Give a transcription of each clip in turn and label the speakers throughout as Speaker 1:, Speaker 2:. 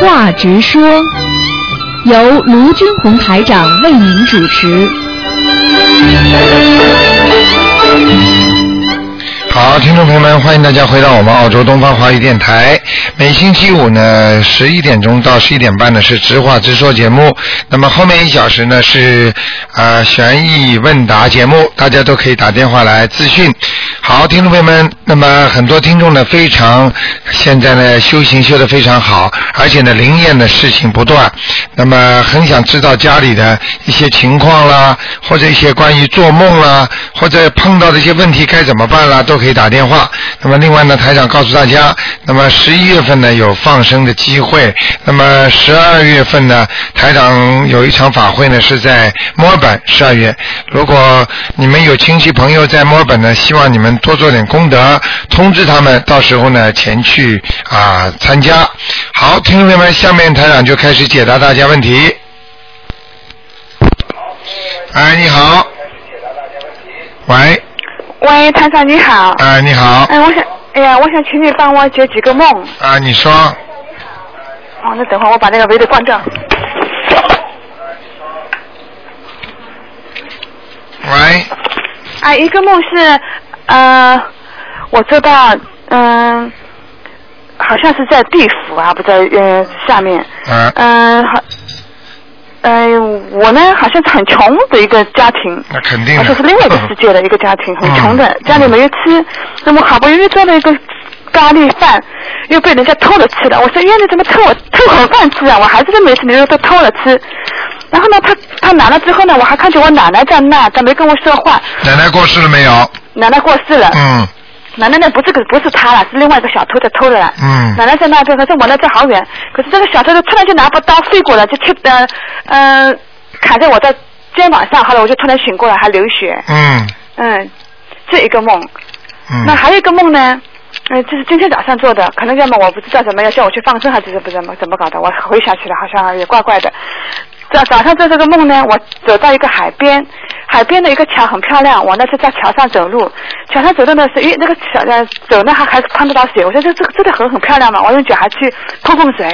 Speaker 1: 话直说，由卢军红台长为您主持。
Speaker 2: 好，听众朋友们，欢迎大家回到我们澳洲东方华语电台。每星期五呢，十一点钟到十一点半呢是直话直说节目，那么后面一小时呢是啊、呃悬疑问答节目，大家都可以打电话来咨询。好，听众朋友们，那么很多听众呢非常现在呢修行修得非常好，而且呢灵验的事情不断，那么很想知道家里的一些情况啦，或者一些关于做梦啦，或者碰到的一些问题该怎么办啦，都可以打电话。那么另外呢，台长告诉大家，那么十一月份呢有放生的机会，那么十二月份呢，台长有一场法会呢是在墨尔本，十二月。如果你们有亲戚朋友在墨尔本呢，希望你们多做点功德，通知他们，到时候呢前去啊、参加。好，听众朋友们，下面台长就开始解答大家问题。哎，你好。喂，
Speaker 3: 喂，台长你好。
Speaker 2: 哎，你好，
Speaker 3: 哎，我想，哎呀，我想请你帮我解几个梦。
Speaker 2: 啊，你说，
Speaker 3: 哦，那等会儿我把那个围的关掉。
Speaker 2: 喂，
Speaker 3: 啊，一个梦是，呃，我做到，嗯、好像是在地府啊，不在呃下面。
Speaker 2: 啊，
Speaker 3: 嗯、好，嗯、我呢好像是很穷的一个家庭。
Speaker 2: 那肯定
Speaker 3: 而且
Speaker 2: 的
Speaker 3: 啊是。另外一个世界的一个家庭，很穷的
Speaker 2: 嗯，
Speaker 3: 家里没有吃，那么好不容易做了一个咖喱饭，又被人家偷了吃了。我说：“哎呀，你怎么偷我偷口饭吃啊？我孩子都没吃，你又都偷了吃。”然后呢，他他拿了之后呢，我还看见我奶奶在那，她没跟我说话。
Speaker 2: 奶奶过世了没有？
Speaker 3: 奶奶过世了，
Speaker 2: 嗯
Speaker 3: 奶奶呢不是个不是她了，是另外一个小偷的偷的了。
Speaker 2: 嗯
Speaker 3: 奶奶在那边，可是我呢在好远，可是这个小偷就突然就拿把刀飞过来，就切呃呃砍在我的肩膀上，后来我就突然醒过来，还流血。
Speaker 2: 嗯
Speaker 3: 嗯，这一个梦。
Speaker 2: 嗯。
Speaker 3: 那还有一个梦呢，嗯、这是今天早上做的，可能要么我不知道怎么要叫我去放生还是怎么怎么怎么搞的，我回想起来好像也怪怪的。早早上做这个梦呢，我走到一个海边，海边的一个桥很漂亮，我呢就在桥上走路，桥上走路呢是，咦，那个桥呃走呢还还碰得到水，我说这这个这个河很漂亮嘛，我用脚还去碰碰水。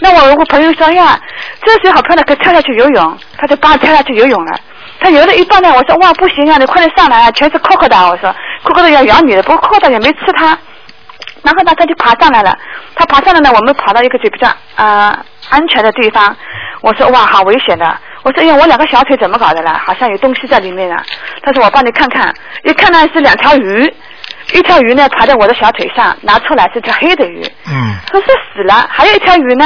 Speaker 3: 那我我朋友说哎呀，这水好漂亮，可以跳下去游泳，他就帮我跳下去游泳了。他游了一半呢，我说哇不行啊，你快点上来啊，全是 c o c o d 我说 c o c o d 要咬你的，不过 c o c o d 也没吃它。然后呢，他就爬上来了。他爬上来呢，我们跑到一个就比较呃安全的地方。我说哇，好危险的！我说哎呀，我两个小腿怎么搞的啦？好像有东西在里面啊。他说我帮你看看，一看呢是两条鱼，一条鱼呢爬在我的小腿上，拿出来是条黑的鱼。
Speaker 2: 嗯
Speaker 3: 可是死了，还有一条鱼呢，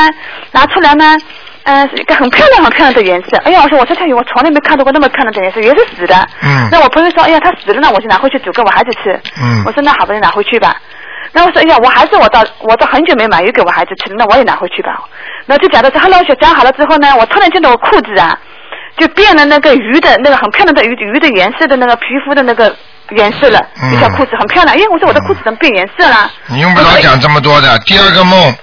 Speaker 3: 拿出来呢，呃，是一个很漂亮、很漂亮的颜色。哎呀，我说我这条鱼我从来没看到过那么漂亮的颜色，也是死的。
Speaker 2: 嗯
Speaker 3: 那我朋友说，哎呀，它死了，那我就拿回去煮给我孩子吃。
Speaker 2: 嗯
Speaker 3: 我说那好吧，你拿回去吧。那我说，哎呀，我还是我到我到很久没买鱼给我孩子吃了，那我也拿回去吧。那就讲到这，后来就讲好了之后呢，我突然见到我裤子啊，就变了那个鱼的那个很漂亮的鱼鱼的颜色的那个皮肤的那个颜色了，
Speaker 2: 嗯
Speaker 3: 一条裤子很漂亮。因为哎我说我的裤子怎么变颜色了？
Speaker 2: 你用不着讲这么多的。第二个梦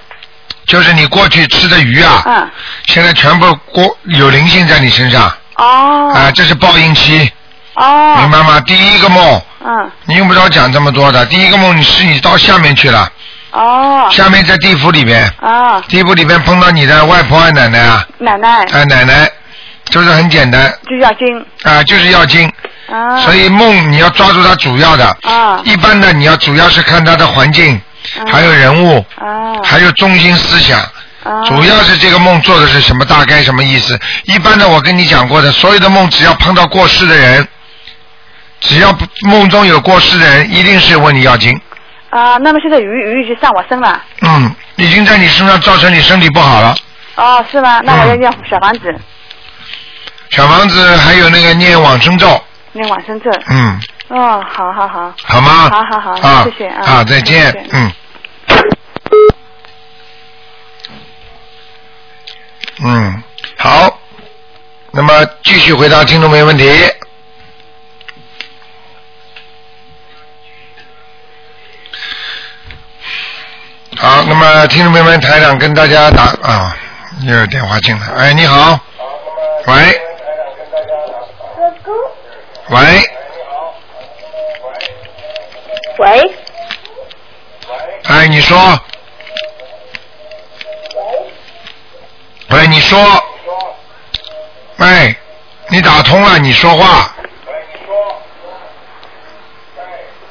Speaker 2: 就是你过去吃的鱼啊，
Speaker 3: 嗯，
Speaker 2: 现在全部过有灵性在你身上啊、
Speaker 3: 哦。
Speaker 2: 这是报应期，
Speaker 3: 哦，
Speaker 2: 明白吗？第一个梦
Speaker 3: 嗯，
Speaker 2: 你用不着讲这么多的。第一个梦你是你到下面去了，
Speaker 3: 哦，
Speaker 2: 下面在地府里边，
Speaker 3: 哦，
Speaker 2: 地府里边碰到你的外婆啊、奶奶啊，
Speaker 3: 奶奶
Speaker 2: 啊、奶奶，就是很简单
Speaker 3: 就要金，
Speaker 2: 啊、就是要经。
Speaker 3: 啊，
Speaker 2: 所以梦你要抓住它主要的，
Speaker 3: 啊
Speaker 2: 一般的你要主要是看它的环境，
Speaker 3: 嗯
Speaker 2: 还有人物，
Speaker 3: 啊，
Speaker 2: 还有中心思想。
Speaker 3: 啊
Speaker 2: 主要是这个梦做的是什么，大概什么意思？一般的我跟你讲过的，所有的梦只要碰到过世的人，只要不梦中有过世的人，一定是问你要经，
Speaker 3: 啊，那么现在鱼鱼已经上我身了，
Speaker 2: 嗯，已经在你身上造成你身体不好了。
Speaker 3: 哦，是吗？那我要
Speaker 2: 嗯
Speaker 3: 念小房子，
Speaker 2: 小房子还有那个念往生咒，
Speaker 3: 念往生咒，
Speaker 2: 嗯，
Speaker 3: 哦，好好好，
Speaker 2: 好吗？
Speaker 3: 好好好
Speaker 2: 啊，
Speaker 3: 谢谢啊
Speaker 2: 啊，再见
Speaker 3: 谢谢，
Speaker 2: 嗯。嗯，好，那么继续回答听众朋友问题。好，那么听众朋友们，台长跟大家打啊，又有电话进来。哎，你好，喂，喂，
Speaker 4: 喂，
Speaker 2: 哎，你说，你说。喂，你打通了，你说话。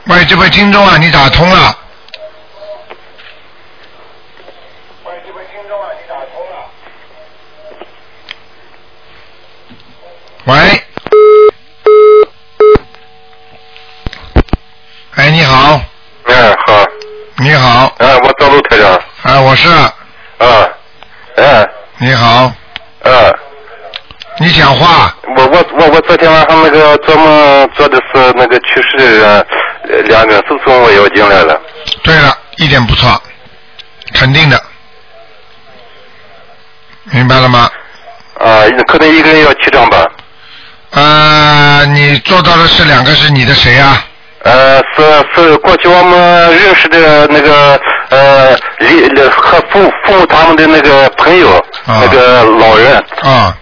Speaker 2: 喂，这位听众啊，你打通了。喂，哎，你好，
Speaker 4: 哎，好，
Speaker 2: 你好，
Speaker 4: 哎，我找陆台长，
Speaker 2: 啊，我是，
Speaker 4: 啊，哎，
Speaker 2: 你好，
Speaker 4: 啊，
Speaker 2: 你讲话，
Speaker 4: 我我我我昨天晚上那个做梦做的是那个去世的人，呃两个是从我要进来了，
Speaker 2: 对了，一点不错，肯定的，明白了吗？
Speaker 4: 啊，可能一个人要七张吧，
Speaker 2: 呃，你做到的是两个是你的谁啊？
Speaker 4: 呃，是是过去我们认识的那个呃，离和父父母他们的那个朋友，
Speaker 2: 啊
Speaker 4: 那个老人，
Speaker 2: 啊、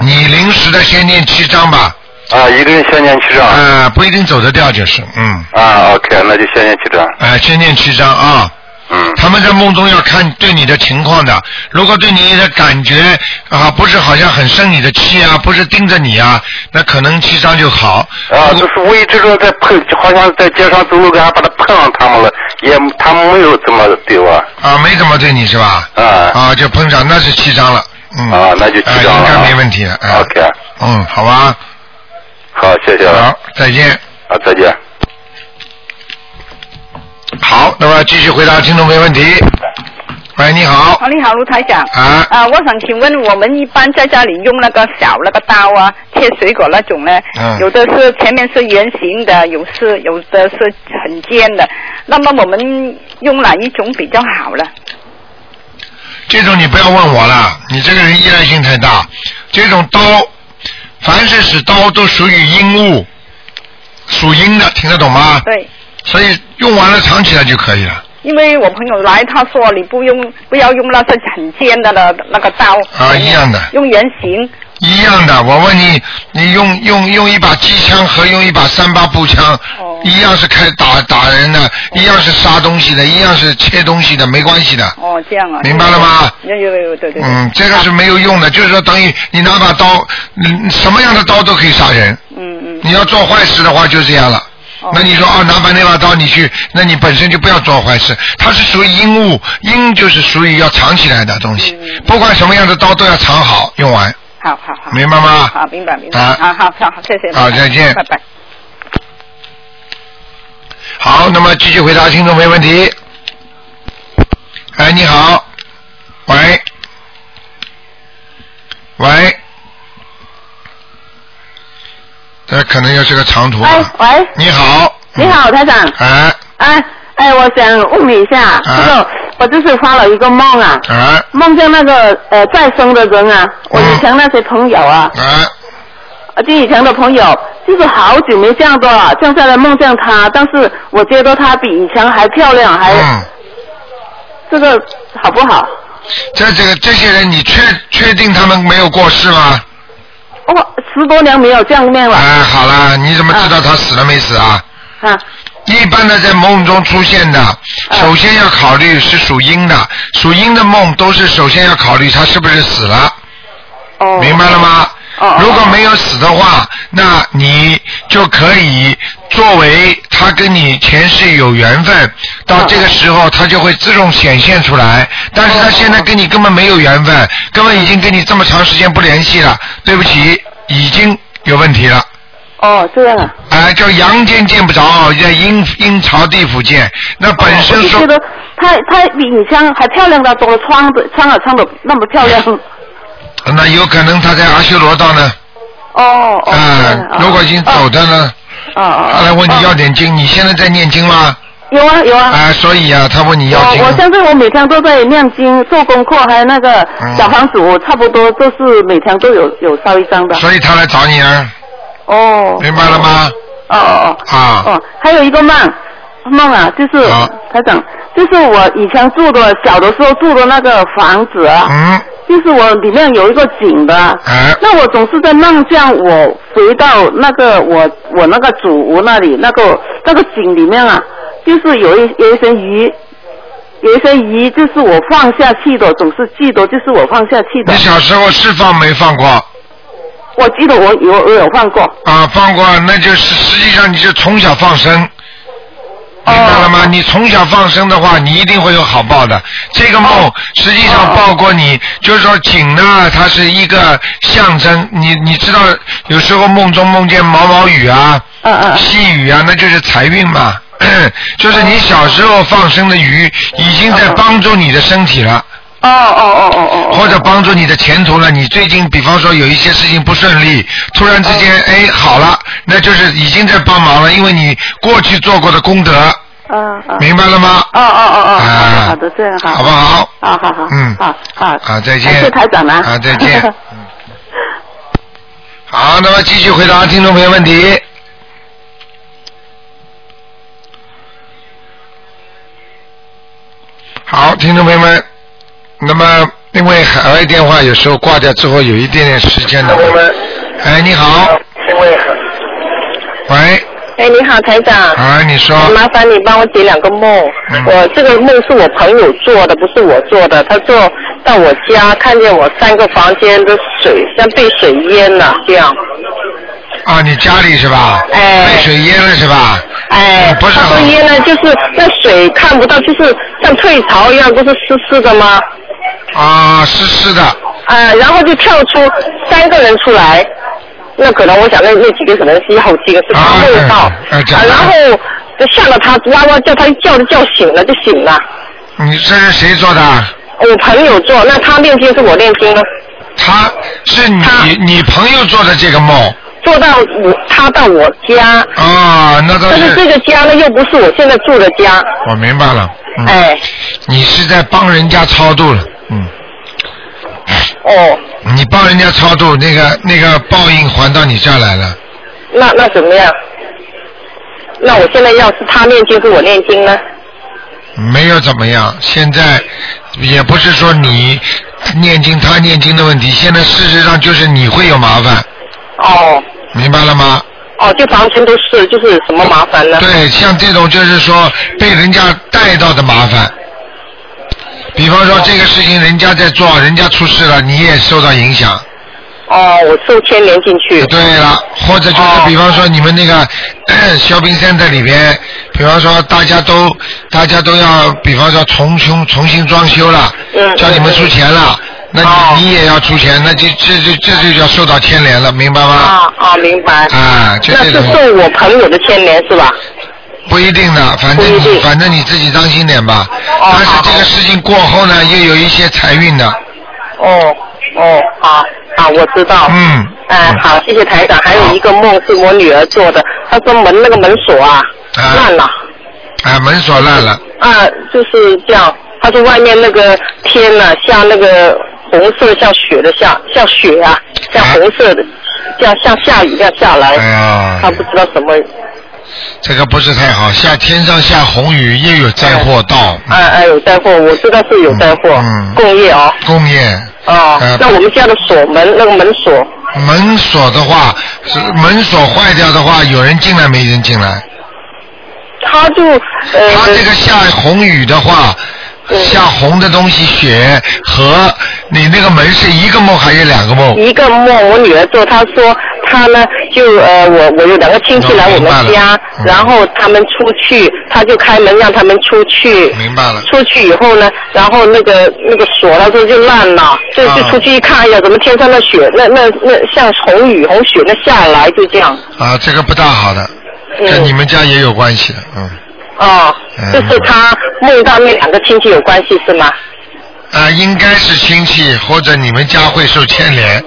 Speaker 2: 你临时的先念七章吧，
Speaker 4: 啊，一个人先念七张，
Speaker 2: 呃，不一定走得掉就是，嗯，
Speaker 4: 啊，OK，那就先念七张，
Speaker 2: 呃，先念七章啊。
Speaker 4: 嗯，
Speaker 2: 他们在梦中要看对你的情况的，如果对你的感觉啊不是好像很生你的气啊，不是盯着你啊，那可能七张就好。
Speaker 4: 啊，
Speaker 2: 如
Speaker 4: 就
Speaker 2: 果
Speaker 4: 是无意之中在碰，好像在街上走路，还把他碰上他们了，也他们没有怎么对我，
Speaker 2: 啊没怎么对你是吧？
Speaker 4: 啊
Speaker 2: 啊，就碰上那是七张了，嗯。
Speaker 4: 啊，那就
Speaker 2: 啊
Speaker 4: 七张了、
Speaker 2: 应该没问题了。啊
Speaker 4: OK，
Speaker 2: 嗯，好吧，
Speaker 4: 好，谢谢了，
Speaker 2: 好，再见。
Speaker 4: 啊，再见。
Speaker 2: 好，那么继续回答听众朋友问题。喂，你好，
Speaker 3: 啊，你好，卢台长。
Speaker 2: 啊，
Speaker 3: 啊，我想请问，我们一般在家里用那个小那个刀啊，切水果那种呢，
Speaker 2: 嗯
Speaker 3: 有的是前面是圆形的，有是有的是很尖的。那么我们用哪一种比较好呢？
Speaker 2: 这种你不要问我了，你这个人依赖性太大。这种刀，凡是使刀都属于阴物，属阴的，听得懂吗？
Speaker 3: 对，
Speaker 2: 所以用完了藏起来就可以了。
Speaker 3: 因为我朋友来，他说你不用不要用那是很尖的那那个刀，
Speaker 2: 啊一样的
Speaker 3: 用圆形。
Speaker 2: 一样的，我问你，你用用用一把机枪和用一把三八步枪，
Speaker 3: 哦
Speaker 2: 一样是开打打人的，一样是杀东西的，一样是切东西的，没关系的。
Speaker 3: 哦，这样啊。
Speaker 2: 明白了吗
Speaker 3: 有有有有，对对。对
Speaker 2: 嗯，这个是没有用的，就是说等于你拿把刀，嗯，什么样的刀都可以杀人。
Speaker 3: 嗯嗯。
Speaker 2: 你要做坏事的话就这样了。
Speaker 3: 哦
Speaker 2: 那你说哦，拿把那把刀你去，那你本身就不要做坏事。它是属于阴物，阴就是属于要藏起来的东西，
Speaker 3: 嗯
Speaker 2: 不管什么样的刀都要藏好，用完，
Speaker 3: 好好好。
Speaker 2: 明白吗？
Speaker 3: 好，明白明白。
Speaker 2: 啊
Speaker 3: 啊，好好好，谢谢。
Speaker 2: 好再见
Speaker 3: 拜拜。
Speaker 2: 好，那么继续回答听众没问题。哎，你好，喂，喂，这可能又是个长途、啊。
Speaker 5: 哎，喂，
Speaker 2: 你好，
Speaker 5: 你好，台长。
Speaker 2: 哎
Speaker 5: 哎哎，我想问你一下，
Speaker 2: 啊
Speaker 5: 这个我就是发了一个梦啊，
Speaker 2: 哎
Speaker 5: 梦见那个呃再生的人啊，
Speaker 2: 嗯
Speaker 5: 我以前那些朋友啊，
Speaker 2: 哎，
Speaker 5: 呃就以前的朋友，就是好久没见过了，现在来梦见她，但是我觉得她比以前还漂亮，还、
Speaker 2: 嗯，
Speaker 5: 这个好不好？
Speaker 2: 这这个这些人，你确确定他们没有过世吗？
Speaker 5: 哦，十多年没有见面了
Speaker 2: 哎，好啦，你怎么知道他死了没死啊？
Speaker 5: 啊，
Speaker 2: 一般的在梦中出现的，首先要考虑是属阴的，属阴的梦都是首先要考虑他是不是死了，
Speaker 5: 哦，
Speaker 2: 明白了吗
Speaker 5: 哦？
Speaker 2: 如果没有死的话，那你就可以作为他跟你前世有缘分，到这个时候他就会自动显现出来。但是他现在跟你根本没有缘分，根本已经跟你这么长时间不联系了，对不起，已经有问题了。
Speaker 5: 哦，这样啊，
Speaker 2: 哎、叫阳间见不着，在阴阴曹地府见。那本身
Speaker 5: 哦我就
Speaker 2: 说
Speaker 5: 觉，得她她比以前还漂亮的多，穿的穿啊穿的那么漂亮。
Speaker 2: 那有可能他在阿修罗道呢。
Speaker 5: 哦哦
Speaker 2: 啊、，如果已经走的呢，
Speaker 5: 哦哦，
Speaker 2: 他来问你要点经，你现在在念经吗？
Speaker 5: 有啊有
Speaker 2: 啊、
Speaker 5: 啊，
Speaker 2: 所以啊，他问你
Speaker 5: 我
Speaker 2: 要经。
Speaker 5: 我现在我每天都在念经、做功课，还有那个
Speaker 2: 嗯
Speaker 5: 小房子，我差不多就是每天都有有烧一张的。
Speaker 2: 所以他来找你啊，
Speaker 5: 哦
Speaker 2: 明白了吗？
Speaker 5: 哦哦哦
Speaker 2: 啊，
Speaker 5: 哦，还有一个梦梦啊，就是
Speaker 2: 啊
Speaker 5: 台长，就是我以前住的小的时候住的那个房子啊，
Speaker 2: 嗯，
Speaker 5: 就是我里面有一个井的啊，
Speaker 2: 哎
Speaker 5: 那我总是在梦见我回到那个我我那个祖屋那里，那个那个井里面啊，就是有一有一些鱼，
Speaker 6: 有一些鱼就是我放下去的，总是记得就是我放下去的
Speaker 2: 你。小时候是放没放过
Speaker 6: 我记得我有我有放过。哦
Speaker 2: 啊？放过，那就是实际上你就从小放生，明白了
Speaker 6: 哦
Speaker 2: 吗？你从小放生的话，你一定会有好报的。这个
Speaker 6: 哦
Speaker 2: 梦实际上报过你，就是说井呢，它是一个象征。你你知道，有时候梦中梦见毛毛雨啊，
Speaker 6: 嗯嗯
Speaker 2: 细雨啊，那就是财运嘛。 就是你小时候放生的鱼，已经
Speaker 6: 嗯
Speaker 2: 在帮助你的身体了。
Speaker 6: 哦哦哦哦哦。
Speaker 2: 或者帮助你的前途了。你最近比方说有一些事情不顺利，突然之间哎好了，那就是已经在帮忙了，因为你过去做过的功德，
Speaker 6: 嗯嗯。
Speaker 2: 明白了吗？
Speaker 6: 哦哦哦哦，好的
Speaker 2: 啊
Speaker 6: 好的，这样好。
Speaker 2: 好不好？
Speaker 6: 啊，好好，
Speaker 2: 嗯
Speaker 6: 好好
Speaker 2: 好，再见。
Speaker 6: 感谢台长啦。
Speaker 2: 啊，再见。嗯好，那么继续回答听众朋友问题。好，听众朋友们，那么因为海外电话有时候挂掉之后有一点点时间的。哎，你好，
Speaker 5: 因为
Speaker 2: 喂，
Speaker 5: 哎，你好，台长。
Speaker 2: 啊，你说，
Speaker 5: 麻烦你帮我解两个梦。
Speaker 2: 嗯
Speaker 5: 我这个梦是我朋友做的，不是我做的。他做到我家，看见我三个房间的水像被水淹了，这样。
Speaker 2: 啊，你家里是吧？
Speaker 5: 哎
Speaker 2: 被水淹了是吧？
Speaker 5: 哎
Speaker 2: 嗯，不是
Speaker 5: 他说
Speaker 2: 很
Speaker 5: 淹了，就是那水看不到，就是像退潮一样，不是湿湿的吗？
Speaker 2: 啊，湿湿的，
Speaker 5: 啊，然后就跳出三个人出来，那可能我想那那几个可能是要几个是他梦到，
Speaker 2: 啊
Speaker 5: 啊
Speaker 2: 对啊讲
Speaker 5: 然后就吓了他，哇哇叫他一叫就叫醒了，就醒了。
Speaker 2: 你这是谁做的？啊
Speaker 3: 哦
Speaker 5: 我朋友做，那他念经是我念经呢，
Speaker 2: 他是你
Speaker 5: 他
Speaker 2: 你朋友做的这个梦
Speaker 5: 做到我他到我家，
Speaker 2: 啊，那倒
Speaker 5: 但是
Speaker 2: 是
Speaker 5: 这个家呢又不是我现在住的家，
Speaker 2: 我明白了，嗯，
Speaker 5: 哎，
Speaker 2: 你是在帮人家超度了，嗯，
Speaker 5: 哦，
Speaker 2: 你帮人家超度，那个那个报应还到你这儿来了，
Speaker 5: 那那怎么样？那我现在要是他念经是我念经呢？
Speaker 2: 没有怎么样，现在也不是说你念经他念经的问题，现在事实上就是你会有麻烦，
Speaker 5: 哦
Speaker 2: 明白了吗？
Speaker 5: 哦，就房间都是就是什么麻烦呢？
Speaker 2: 对，像这种就是说被人家带到的麻烦。比方说这个事情人家在做，人家出事了，你也受到影响。
Speaker 5: 哦，我受牵连进去。
Speaker 2: 对了，或者就是
Speaker 5: 哦
Speaker 2: 比方说你们那个 shopping center 里边，比方说大家都大家都要，比方说重修重新装修了，
Speaker 5: 嗯
Speaker 2: 叫你们出钱了，那
Speaker 5: 哦
Speaker 2: 你你也要出钱，那就这就这就叫受到牵连了，明白吗？
Speaker 5: 啊啊，明白。
Speaker 2: 啊，就
Speaker 5: 那
Speaker 2: 这
Speaker 5: 是
Speaker 2: 种
Speaker 5: 受我朋友的牵连是吧？
Speaker 2: 不一定的，反正
Speaker 5: 不一
Speaker 2: 你
Speaker 5: 定
Speaker 2: 反正你自己当心点吧。
Speaker 5: 哦
Speaker 2: 但是
Speaker 5: 好
Speaker 2: 这个事情过后呢，又有一些财运的，
Speaker 5: 哦哦，好啊，我知道。
Speaker 2: 嗯
Speaker 5: 哎、好，谢谢台长。还有一个梦是我女儿做的，她说门那个门锁啊
Speaker 2: 啊
Speaker 5: 烂了，
Speaker 2: 啊，门锁烂了，
Speaker 5: 啊，就是这样。她说外面那个天呐、像那个红色像雪的像像雪啊，像
Speaker 2: 啊
Speaker 5: 红色的，像像下雨这样下来，
Speaker 2: 哎呀
Speaker 5: 她不知道什么，
Speaker 2: 这个不是太好。下天上下红雨，又有灾祸到。
Speaker 5: 哎、哎有灾祸，我知道是有灾祸，
Speaker 2: 嗯嗯
Speaker 5: 共业哦。
Speaker 2: 工业
Speaker 5: 哦
Speaker 2: 呃，
Speaker 5: 那我们家的锁门那个门锁，
Speaker 2: 门锁的话，是门锁坏掉的话，有人进来没人进来？
Speaker 5: 它就呃，
Speaker 2: 它这个下红雨的话，
Speaker 5: 对
Speaker 2: 下红的东西雪和你那个门是一个梦还是两个梦？
Speaker 5: 一个梦，我女儿做，她说她呢就呃，我我有两个亲戚来我们
Speaker 2: 哦明白了
Speaker 5: 家，
Speaker 2: 嗯
Speaker 5: 然后他们出去，她就开门让他们出去。
Speaker 2: 明白了。
Speaker 5: 出去以后呢，然后那个那个锁，她说就烂了，就
Speaker 2: 啊
Speaker 5: 就出去一看，哎呀，怎么天上的雪，那那那像红雨红雪那下来，就这样。
Speaker 2: 啊，这个不大好的，
Speaker 5: 嗯
Speaker 2: 跟你们家也有关系的，嗯。
Speaker 5: 哦，
Speaker 2: 嗯
Speaker 5: 就是她梦到那两个亲戚有关系是吗？
Speaker 2: 啊，应该是亲戚或者你们家会受牵连，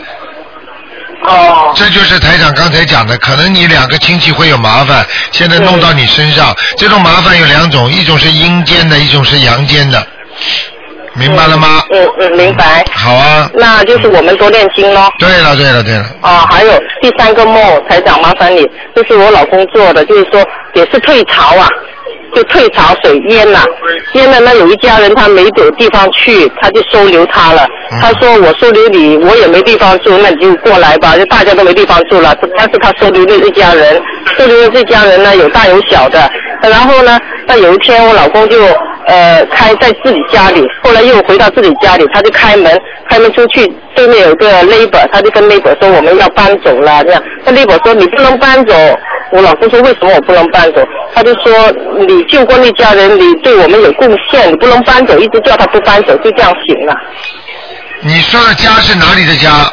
Speaker 5: 哦，
Speaker 2: 这就是台长刚才讲的，可能你两个亲戚会有麻烦，现在弄到你身上，这种麻烦有两种，一种是阴间的，一种是阳间的，明白了吗？
Speaker 5: 嗯嗯，明白。
Speaker 2: 好啊。
Speaker 5: 那就是我们多念经咯。
Speaker 2: 对了，对了，对了，
Speaker 5: 啊，还有第三个梦，台长麻烦你，这是我老公做的，就是说也是退潮啊，就退潮水淹了、淹了呢有一家人他没有地方去，他就收留他了
Speaker 2: 嗯。
Speaker 5: 他说我收留你，我也没地方住，那你就过来吧，就大家都没地方住了。但是他收留了一家人，收留了这家人呢有大有小的，然后呢，那有一天我老公就呃开在自己家里，后来又回到自己家里，他就开门，开门出去，对面有个 neighbor，他就跟 neighbor 说我们要搬走了，这样，那 neighbor 说你不能搬走，我老公说为什么我不能搬走？他就说你救过那家人，你对我们有贡献，你不能搬走，一直叫他不搬走，就这样行了。
Speaker 2: 你说的家是哪里的家？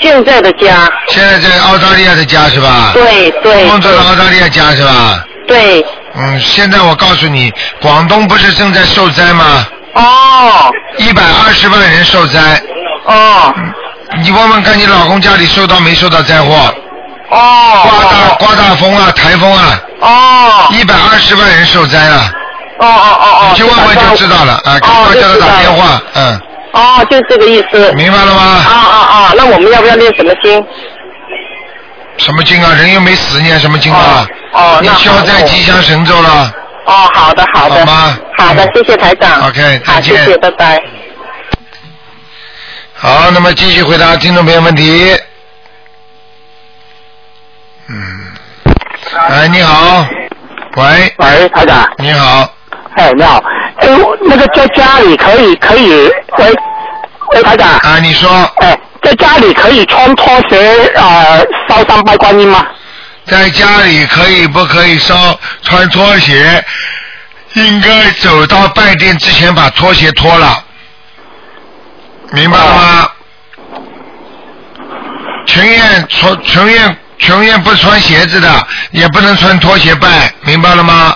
Speaker 5: 现在的家，
Speaker 2: 现在在澳大利亚的家是吧？
Speaker 5: 对对
Speaker 2: 工作的澳大利亚家是吧？
Speaker 5: 对，
Speaker 2: 嗯，现在我告诉你，广东不是正在受灾吗？
Speaker 5: 哦
Speaker 2: 一百二十万人受灾，嗯
Speaker 5: 哦
Speaker 2: 你问问看你老公家里受到没受到灾祸？刮大
Speaker 5: 哦
Speaker 2: 刮大风啊，台风啊，
Speaker 5: 哦
Speaker 2: 一百二十万人受灾了，
Speaker 5: 哦哦哦哦，
Speaker 2: 你去问问就知道了啊，赶
Speaker 5: 哦
Speaker 2: 快，
Speaker 5: 就
Speaker 2: 叫
Speaker 5: 知
Speaker 2: 他
Speaker 5: 道
Speaker 2: 打电
Speaker 5: 了。
Speaker 2: 话，嗯，
Speaker 5: 哦，就这个意思。
Speaker 2: 明白了
Speaker 5: 啊
Speaker 2: 吗？
Speaker 5: 啊啊！那我们要不要练什么经？哦
Speaker 2: 什么经啊？人又没死，念什么经啊
Speaker 5: 哦？哦，
Speaker 2: 你
Speaker 5: 那
Speaker 2: 消
Speaker 5: 好
Speaker 2: 灾
Speaker 5: 我
Speaker 2: 吉祥神咒了。
Speaker 5: 哦，好的好
Speaker 2: 好
Speaker 5: 的，
Speaker 2: 吗
Speaker 5: 好的
Speaker 2: 嗯，
Speaker 5: 谢谢台长。
Speaker 2: OK，再
Speaker 5: 好，谢
Speaker 2: 见
Speaker 5: 谢，拜拜。
Speaker 2: 好，那么继续回答听众朋友问题。嗯，哎，你好，喂，
Speaker 7: 喂，台长，
Speaker 2: 你好，
Speaker 7: 哎，你好，哎，我那个在家里可以可以，喂，喂，台长，
Speaker 2: 啊，你说
Speaker 7: 哎，在家里可以穿拖鞋呃烧三拜观音吗？
Speaker 2: 在家里可以不可以烧穿拖鞋？应该走到拜殿之前把拖鞋脱了，明白了吗？情愿穿，情愿情愿不穿鞋子的，也不能穿拖鞋拜，明白了吗？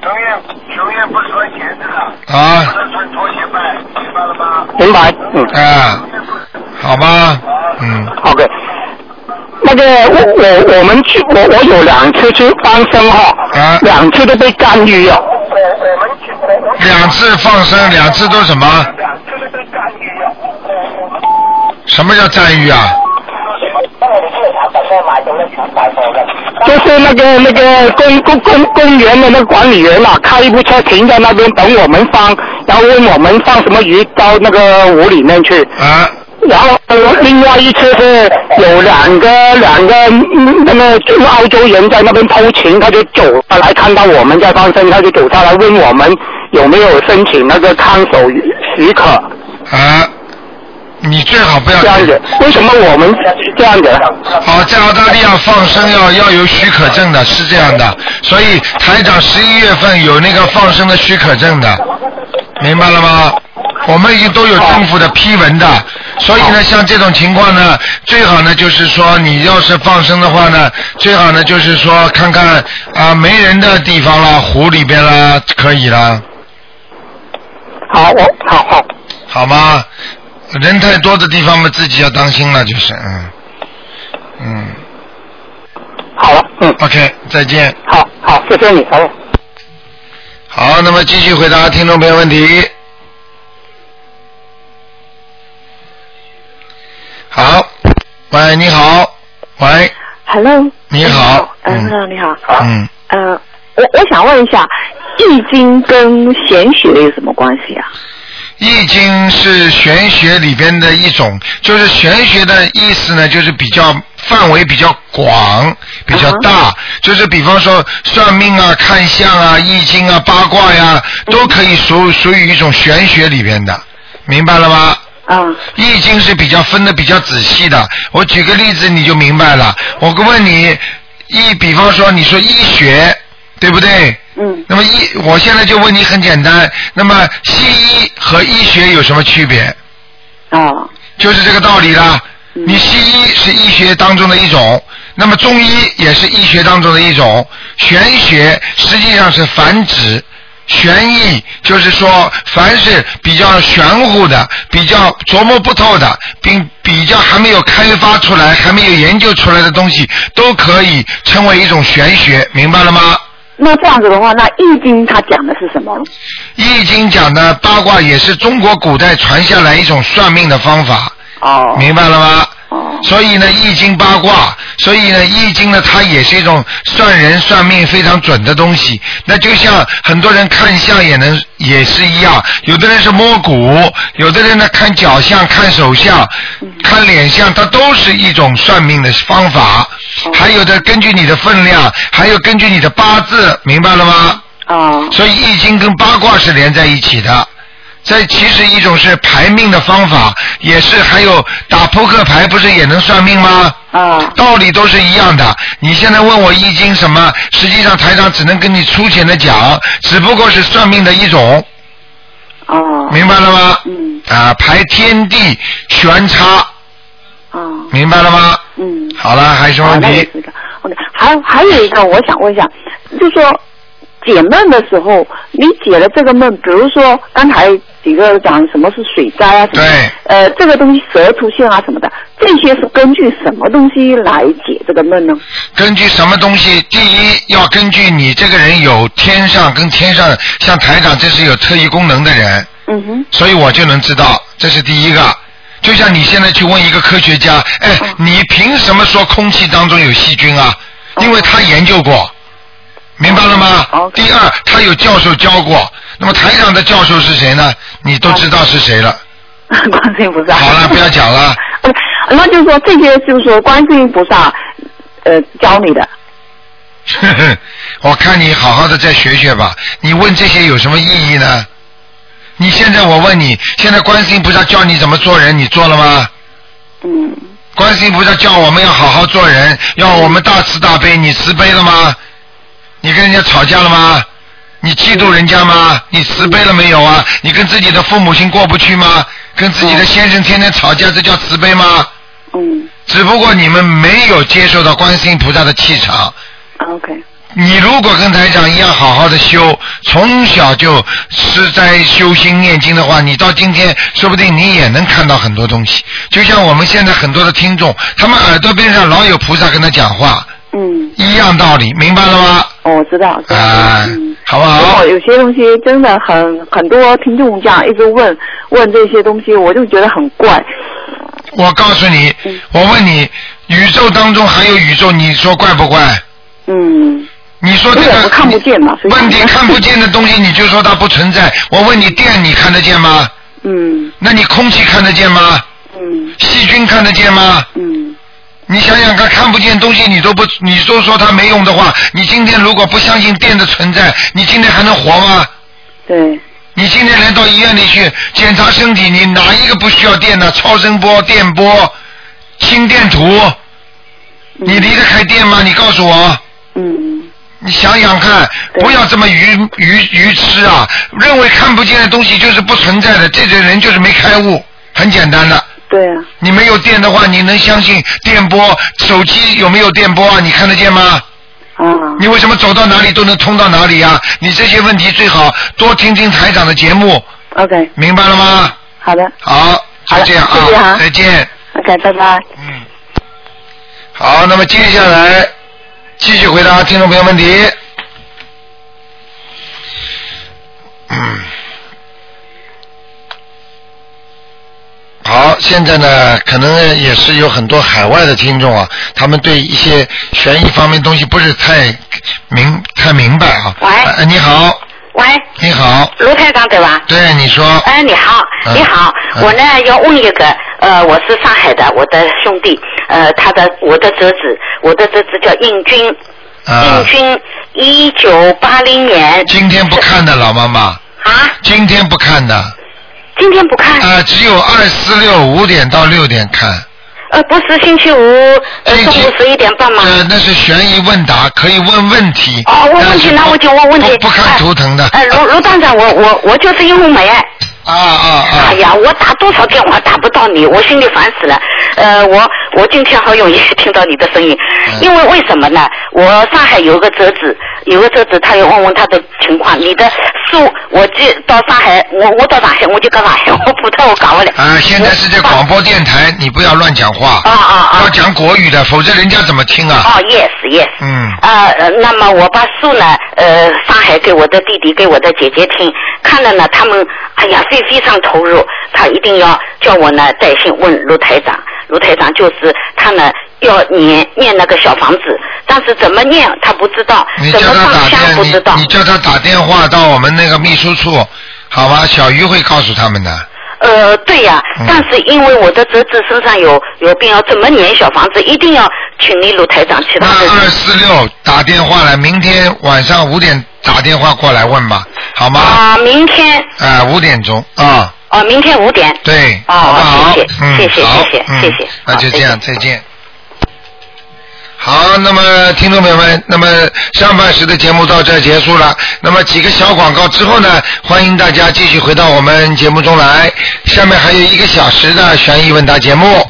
Speaker 4: 情愿情愿不穿鞋子的，
Speaker 2: 啊。
Speaker 4: 穿拖鞋拜，明白了吗？
Speaker 7: 明白，嗯
Speaker 2: 啊，好吧，嗯，
Speaker 7: ，OK。那个我我我们去我我有两次去放生哈、
Speaker 2: 啊
Speaker 7: 两次都被干预哦。
Speaker 2: 两次放生，两次都什么？什么叫赞誉啊？
Speaker 7: 就是那个那个公公公公园的那个管理员嘛、啊开一部车停在那边等我们放，然后问我们放什么鱼到那个湖里面去。
Speaker 2: 啊，
Speaker 7: 然后另外一次是有两个两个嗯那个就是澳洲人在那边偷情，他就走他来看到我们在放生，他就走下来问我们有没有申请那个看守许可，
Speaker 2: 啊，你最好不要
Speaker 7: 这样子。为什么我们这样子？
Speaker 2: 哦，在澳大利亚放生要要有许可证的，是这样的。所以台长十一月份有那个放生的许可证的，明白了吗？我们已经都有政府的批文的，所以呢，像这种情况呢，最好呢就是说，你要是放生的话呢，最好呢就是说看看啊、没人的地方啦，湖里边啦，可以啦，
Speaker 7: 好，我好好
Speaker 2: 好吗？人太多的地方嘛，自己要当心了，就是嗯嗯
Speaker 7: 好了，嗯，
Speaker 2: ，OK，再见。
Speaker 7: 好好，谢谢你，好了。
Speaker 2: 好，那么继续回答听众朋友问题。好，喂，你好，喂，
Speaker 8: Hello，
Speaker 2: 你好，
Speaker 8: 哎你
Speaker 2: 嗯
Speaker 8: 好，你好，
Speaker 2: 嗯，
Speaker 8: 呃，我我想问一下，易经跟玄学有什么关系啊？
Speaker 2: 易经是玄学里边的一种，就是玄学的意思呢，就是比较范围比较广，比较大，就是比方说算命啊、看相啊、易经啊、八卦呀、都可以属属于一种玄学里边的，明白了吗？
Speaker 8: 啊，
Speaker 2: 易经是比较分的比较仔细的，我举个例子你就明白了。我问你，一比方说你说医学，对不对？
Speaker 8: 嗯，
Speaker 2: 那么医，我现在就问你很简单，那么西医和医学有什么区别？
Speaker 8: 哦，
Speaker 2: 就是这个道理啦。
Speaker 8: 嗯
Speaker 2: 你西医是医学当中的一种，那么中医也是医学当中的一种。玄学实际上是泛指，玄易就是说凡是比较玄乎的、比较琢磨不透的，并比较还没有开发出来、还没有研究出来的东西，都可以称为一种玄学，明白了吗？
Speaker 8: 那这样子的话，那易经它讲的是什么？
Speaker 2: 易经讲的八卦也是中国古代传下来一种算命的方法，
Speaker 8: 哦，
Speaker 2: 明白了吗？
Speaker 8: 哦，
Speaker 2: 所以呢，易经八卦，所以呢，易经呢，它也是一种算人算命非常准的东西。那就像很多人看相也能也是一样，有的人是摸骨，有的人呢看脚相、看手相、
Speaker 8: 嗯
Speaker 2: 看脸相，它都是一种算命的方
Speaker 8: 哦
Speaker 2: 法。还有的根据你的分量，还有根据你的八字，明白了吗？
Speaker 8: 啊，
Speaker 2: 所以易经跟八卦是连在一起的。这其实一种是排命的方法，也是还有打扑克牌不是也能算命吗？
Speaker 8: 啊，
Speaker 2: 道理都是一样的。你现在问我易经什么，实际上台长只能跟你粗浅的讲，只不过是算命的一种。
Speaker 8: 哦，
Speaker 2: 明白了吗？
Speaker 8: 嗯，
Speaker 2: 啊，排天地悬差。
Speaker 8: 哦，
Speaker 2: 明白了吗？
Speaker 8: 嗯，
Speaker 2: 好了，还有什么
Speaker 8: 啊
Speaker 2: 问
Speaker 8: 那也
Speaker 2: 题？
Speaker 8: 是的。OK，还还有一个，我想问一下，就说解闷的时候，你解了这个闷，比如说刚才几个讲什么是水灾啊，什么
Speaker 2: 对，
Speaker 8: 呃，这个东西蛇出现啊什么的，这些是根据什么东西来解这个闷呢？
Speaker 2: 根据什么东西？第一要根据你这个人有天上跟天上，像台长这是有特异功能的人，
Speaker 8: 嗯哼，
Speaker 2: 所以我就能知道，这是第一个。就像你现在去问一个科学家，哎，你凭什么说空气当中有细菌啊？因为他研究过，明白了吗？第二，他有教授教过。那么台长的教授是谁呢？你都知道是谁了。
Speaker 8: 观世音
Speaker 3: 哦
Speaker 8: 菩萨。
Speaker 2: 好 了，不要讲了。
Speaker 8: 呃 那就是说这些就是说观世音菩萨呃教你的。
Speaker 2: 呵呵，我看你好好的再学学吧。你问这些有什么意义呢？你现在我问你，现在观世音菩萨教你怎么做人，你做了吗？
Speaker 8: 嗯，
Speaker 2: 观世音菩萨叫我们要好好做人，要我们大慈大悲，你慈悲了吗？你跟人家吵架了吗？你嫉妒人家吗？你慈悲了没有啊？你跟自己的父母亲过不去吗？跟自己的先生天天吵架，这叫慈悲吗？
Speaker 8: 嗯
Speaker 2: 只不过你们没有接受到观世音菩萨的气场，
Speaker 8: ，OK，
Speaker 2: 你如果跟台长一样好好的修，从小就是在修心念经的话，你到今天说不定你也能看到很多东西。就像我们现在很多的听众，他们耳朵边上老有菩萨跟他讲话，
Speaker 8: 嗯，
Speaker 2: 一样道理，明白了吗？
Speaker 8: 哦我知道，知
Speaker 2: 啊、
Speaker 8: 道。
Speaker 2: 好不
Speaker 8: 如
Speaker 2: 好
Speaker 8: 果？有些东西真的很很多听众这样一直问问这些东西，我就觉得很怪。
Speaker 2: 我告诉你，
Speaker 8: 嗯
Speaker 2: 我问你，宇宙当中还有宇宙，你说怪不怪？
Speaker 8: 嗯，
Speaker 2: 你说这
Speaker 8: 因为我
Speaker 2: 个
Speaker 8: 们看不见嘛，所以
Speaker 2: 问题看不见的东西，你就说它不存在。我问你，电你看得见吗？
Speaker 8: 嗯
Speaker 2: 那你空气看得见吗？
Speaker 8: 嗯
Speaker 2: 细菌看得见吗？
Speaker 8: 嗯
Speaker 2: 你想想看，看不见东西你都不，你都说它没用的话，你今天如果不相信电的存在，你今天还能活吗？
Speaker 8: 对，
Speaker 2: 你今天连到医院里去检查身体，你哪一个不需要电呢？超声波、电波、心电图，你离得开电吗？你告诉我，
Speaker 8: 嗯
Speaker 2: 你想想看，
Speaker 8: 对
Speaker 2: 不要这么愚愚愚痴啊！认为看不见的东西就是不存在的，这种人就是没开悟，很简单的。
Speaker 8: 对啊，
Speaker 2: 你没有电的话，你能相信电波？手机有没有电波啊？你看得见吗？
Speaker 8: 啊
Speaker 2: 你为什么走到哪里都能通到哪里啊？你这些问题最好多听听台长的节目，
Speaker 8: ，OK，
Speaker 2: 明白了吗？
Speaker 8: 好的
Speaker 2: 好，
Speaker 8: 好
Speaker 2: 就
Speaker 8: 的
Speaker 2: 这样啊，
Speaker 8: 谢谢啊
Speaker 2: 再见。
Speaker 8: ，OK，拜拜。
Speaker 2: 嗯，好，那么接下来继续回答听众朋友问题。嗯，好，现在呢，可能也是有很多海外的听众啊，他们对一些悬疑方面东西不是太明太明白啊。
Speaker 5: 喂
Speaker 2: 呃你好，
Speaker 5: 喂，
Speaker 2: 你好，
Speaker 5: 卢台长对吧？
Speaker 2: 对，你说，
Speaker 5: 哎，你好
Speaker 2: 嗯，
Speaker 5: 你好，
Speaker 2: 嗯
Speaker 5: 我呢要问一个，呃，我是上海的，我的兄弟，呃，他的我的侄子，我的侄子叫应军，
Speaker 2: 啊
Speaker 3: 哎
Speaker 5: 应，军一九八零年
Speaker 2: 今天不看的老妈妈，
Speaker 5: 啊，
Speaker 2: 今天不看的。
Speaker 5: 今天不看，
Speaker 2: 啊、只有二四六五点到六点看。
Speaker 5: 呃，不是星期五呃
Speaker 2: 星
Speaker 5: 中
Speaker 2: 期
Speaker 5: 午十一点半吗？
Speaker 2: 呃，那是悬疑问答，可以问问题。
Speaker 5: 哦，问问题，
Speaker 2: 但是
Speaker 5: 那
Speaker 2: 不
Speaker 5: 我就问问题。
Speaker 2: 呃不不看图腾的。
Speaker 5: 哎，哎卢卢站长，我我我就是因为没爱。
Speaker 2: 啊啊啊
Speaker 5: 哎！呀，我打多少电话打不到你，我心里烦死了。呃，我我今天好容易听到你的声音
Speaker 2: 嗯，
Speaker 5: 因为为什么呢？我上海有个侄子，有个侄子，他要问问他的情况。你的书，我寄到上海，我我到上海，我就搞上海，我不到我搞不了。
Speaker 2: 啊、现在是在广播电台，你不要乱讲话，
Speaker 5: 啊啊
Speaker 2: 要
Speaker 5: 啊！
Speaker 2: 讲国语的，否则人家怎么听啊？
Speaker 5: 哦，yes yes。
Speaker 2: 嗯，
Speaker 5: 啊、呃，那么我把书呢，呃，上海给我的弟弟、给我的姐姐听，看了呢，他们哎呀，非非常投入，他一定要叫我呢带信问卢台长，卢台长就是他呢要念念那个小房子，但是怎么念他不知道
Speaker 2: 你，
Speaker 5: 怎
Speaker 2: 叫
Speaker 5: 么
Speaker 2: 他打
Speaker 5: 放香不知
Speaker 2: 电，
Speaker 5: 道
Speaker 2: 你你。叫他打电话到我们那个秘书处，好吧？小鱼会告诉他们的。
Speaker 5: 呃，对呀、
Speaker 2: 嗯
Speaker 5: 但是因为我的侄子身上有有病，要怎么念小房子，一定要请你卢台长其
Speaker 2: 那
Speaker 5: 他的。
Speaker 2: 二四六打电话来，明天晚上五点打电话过来问吧，好吗？
Speaker 9: 啊、明天
Speaker 2: 啊，五点钟啊，
Speaker 9: 哦，明天五点。
Speaker 2: 对，
Speaker 9: 哦
Speaker 2: 好不好？
Speaker 9: 哦谢谢
Speaker 2: 嗯，好，
Speaker 9: 谢谢
Speaker 2: 嗯
Speaker 9: 谢谢
Speaker 2: 那就这样，再见。好，那么听众朋友们，那么上半时的节目到这儿结束了。那么几个小广告之后呢，欢迎大家继续回到我们节目中来。下面还有一个小时的悬疑问答节目。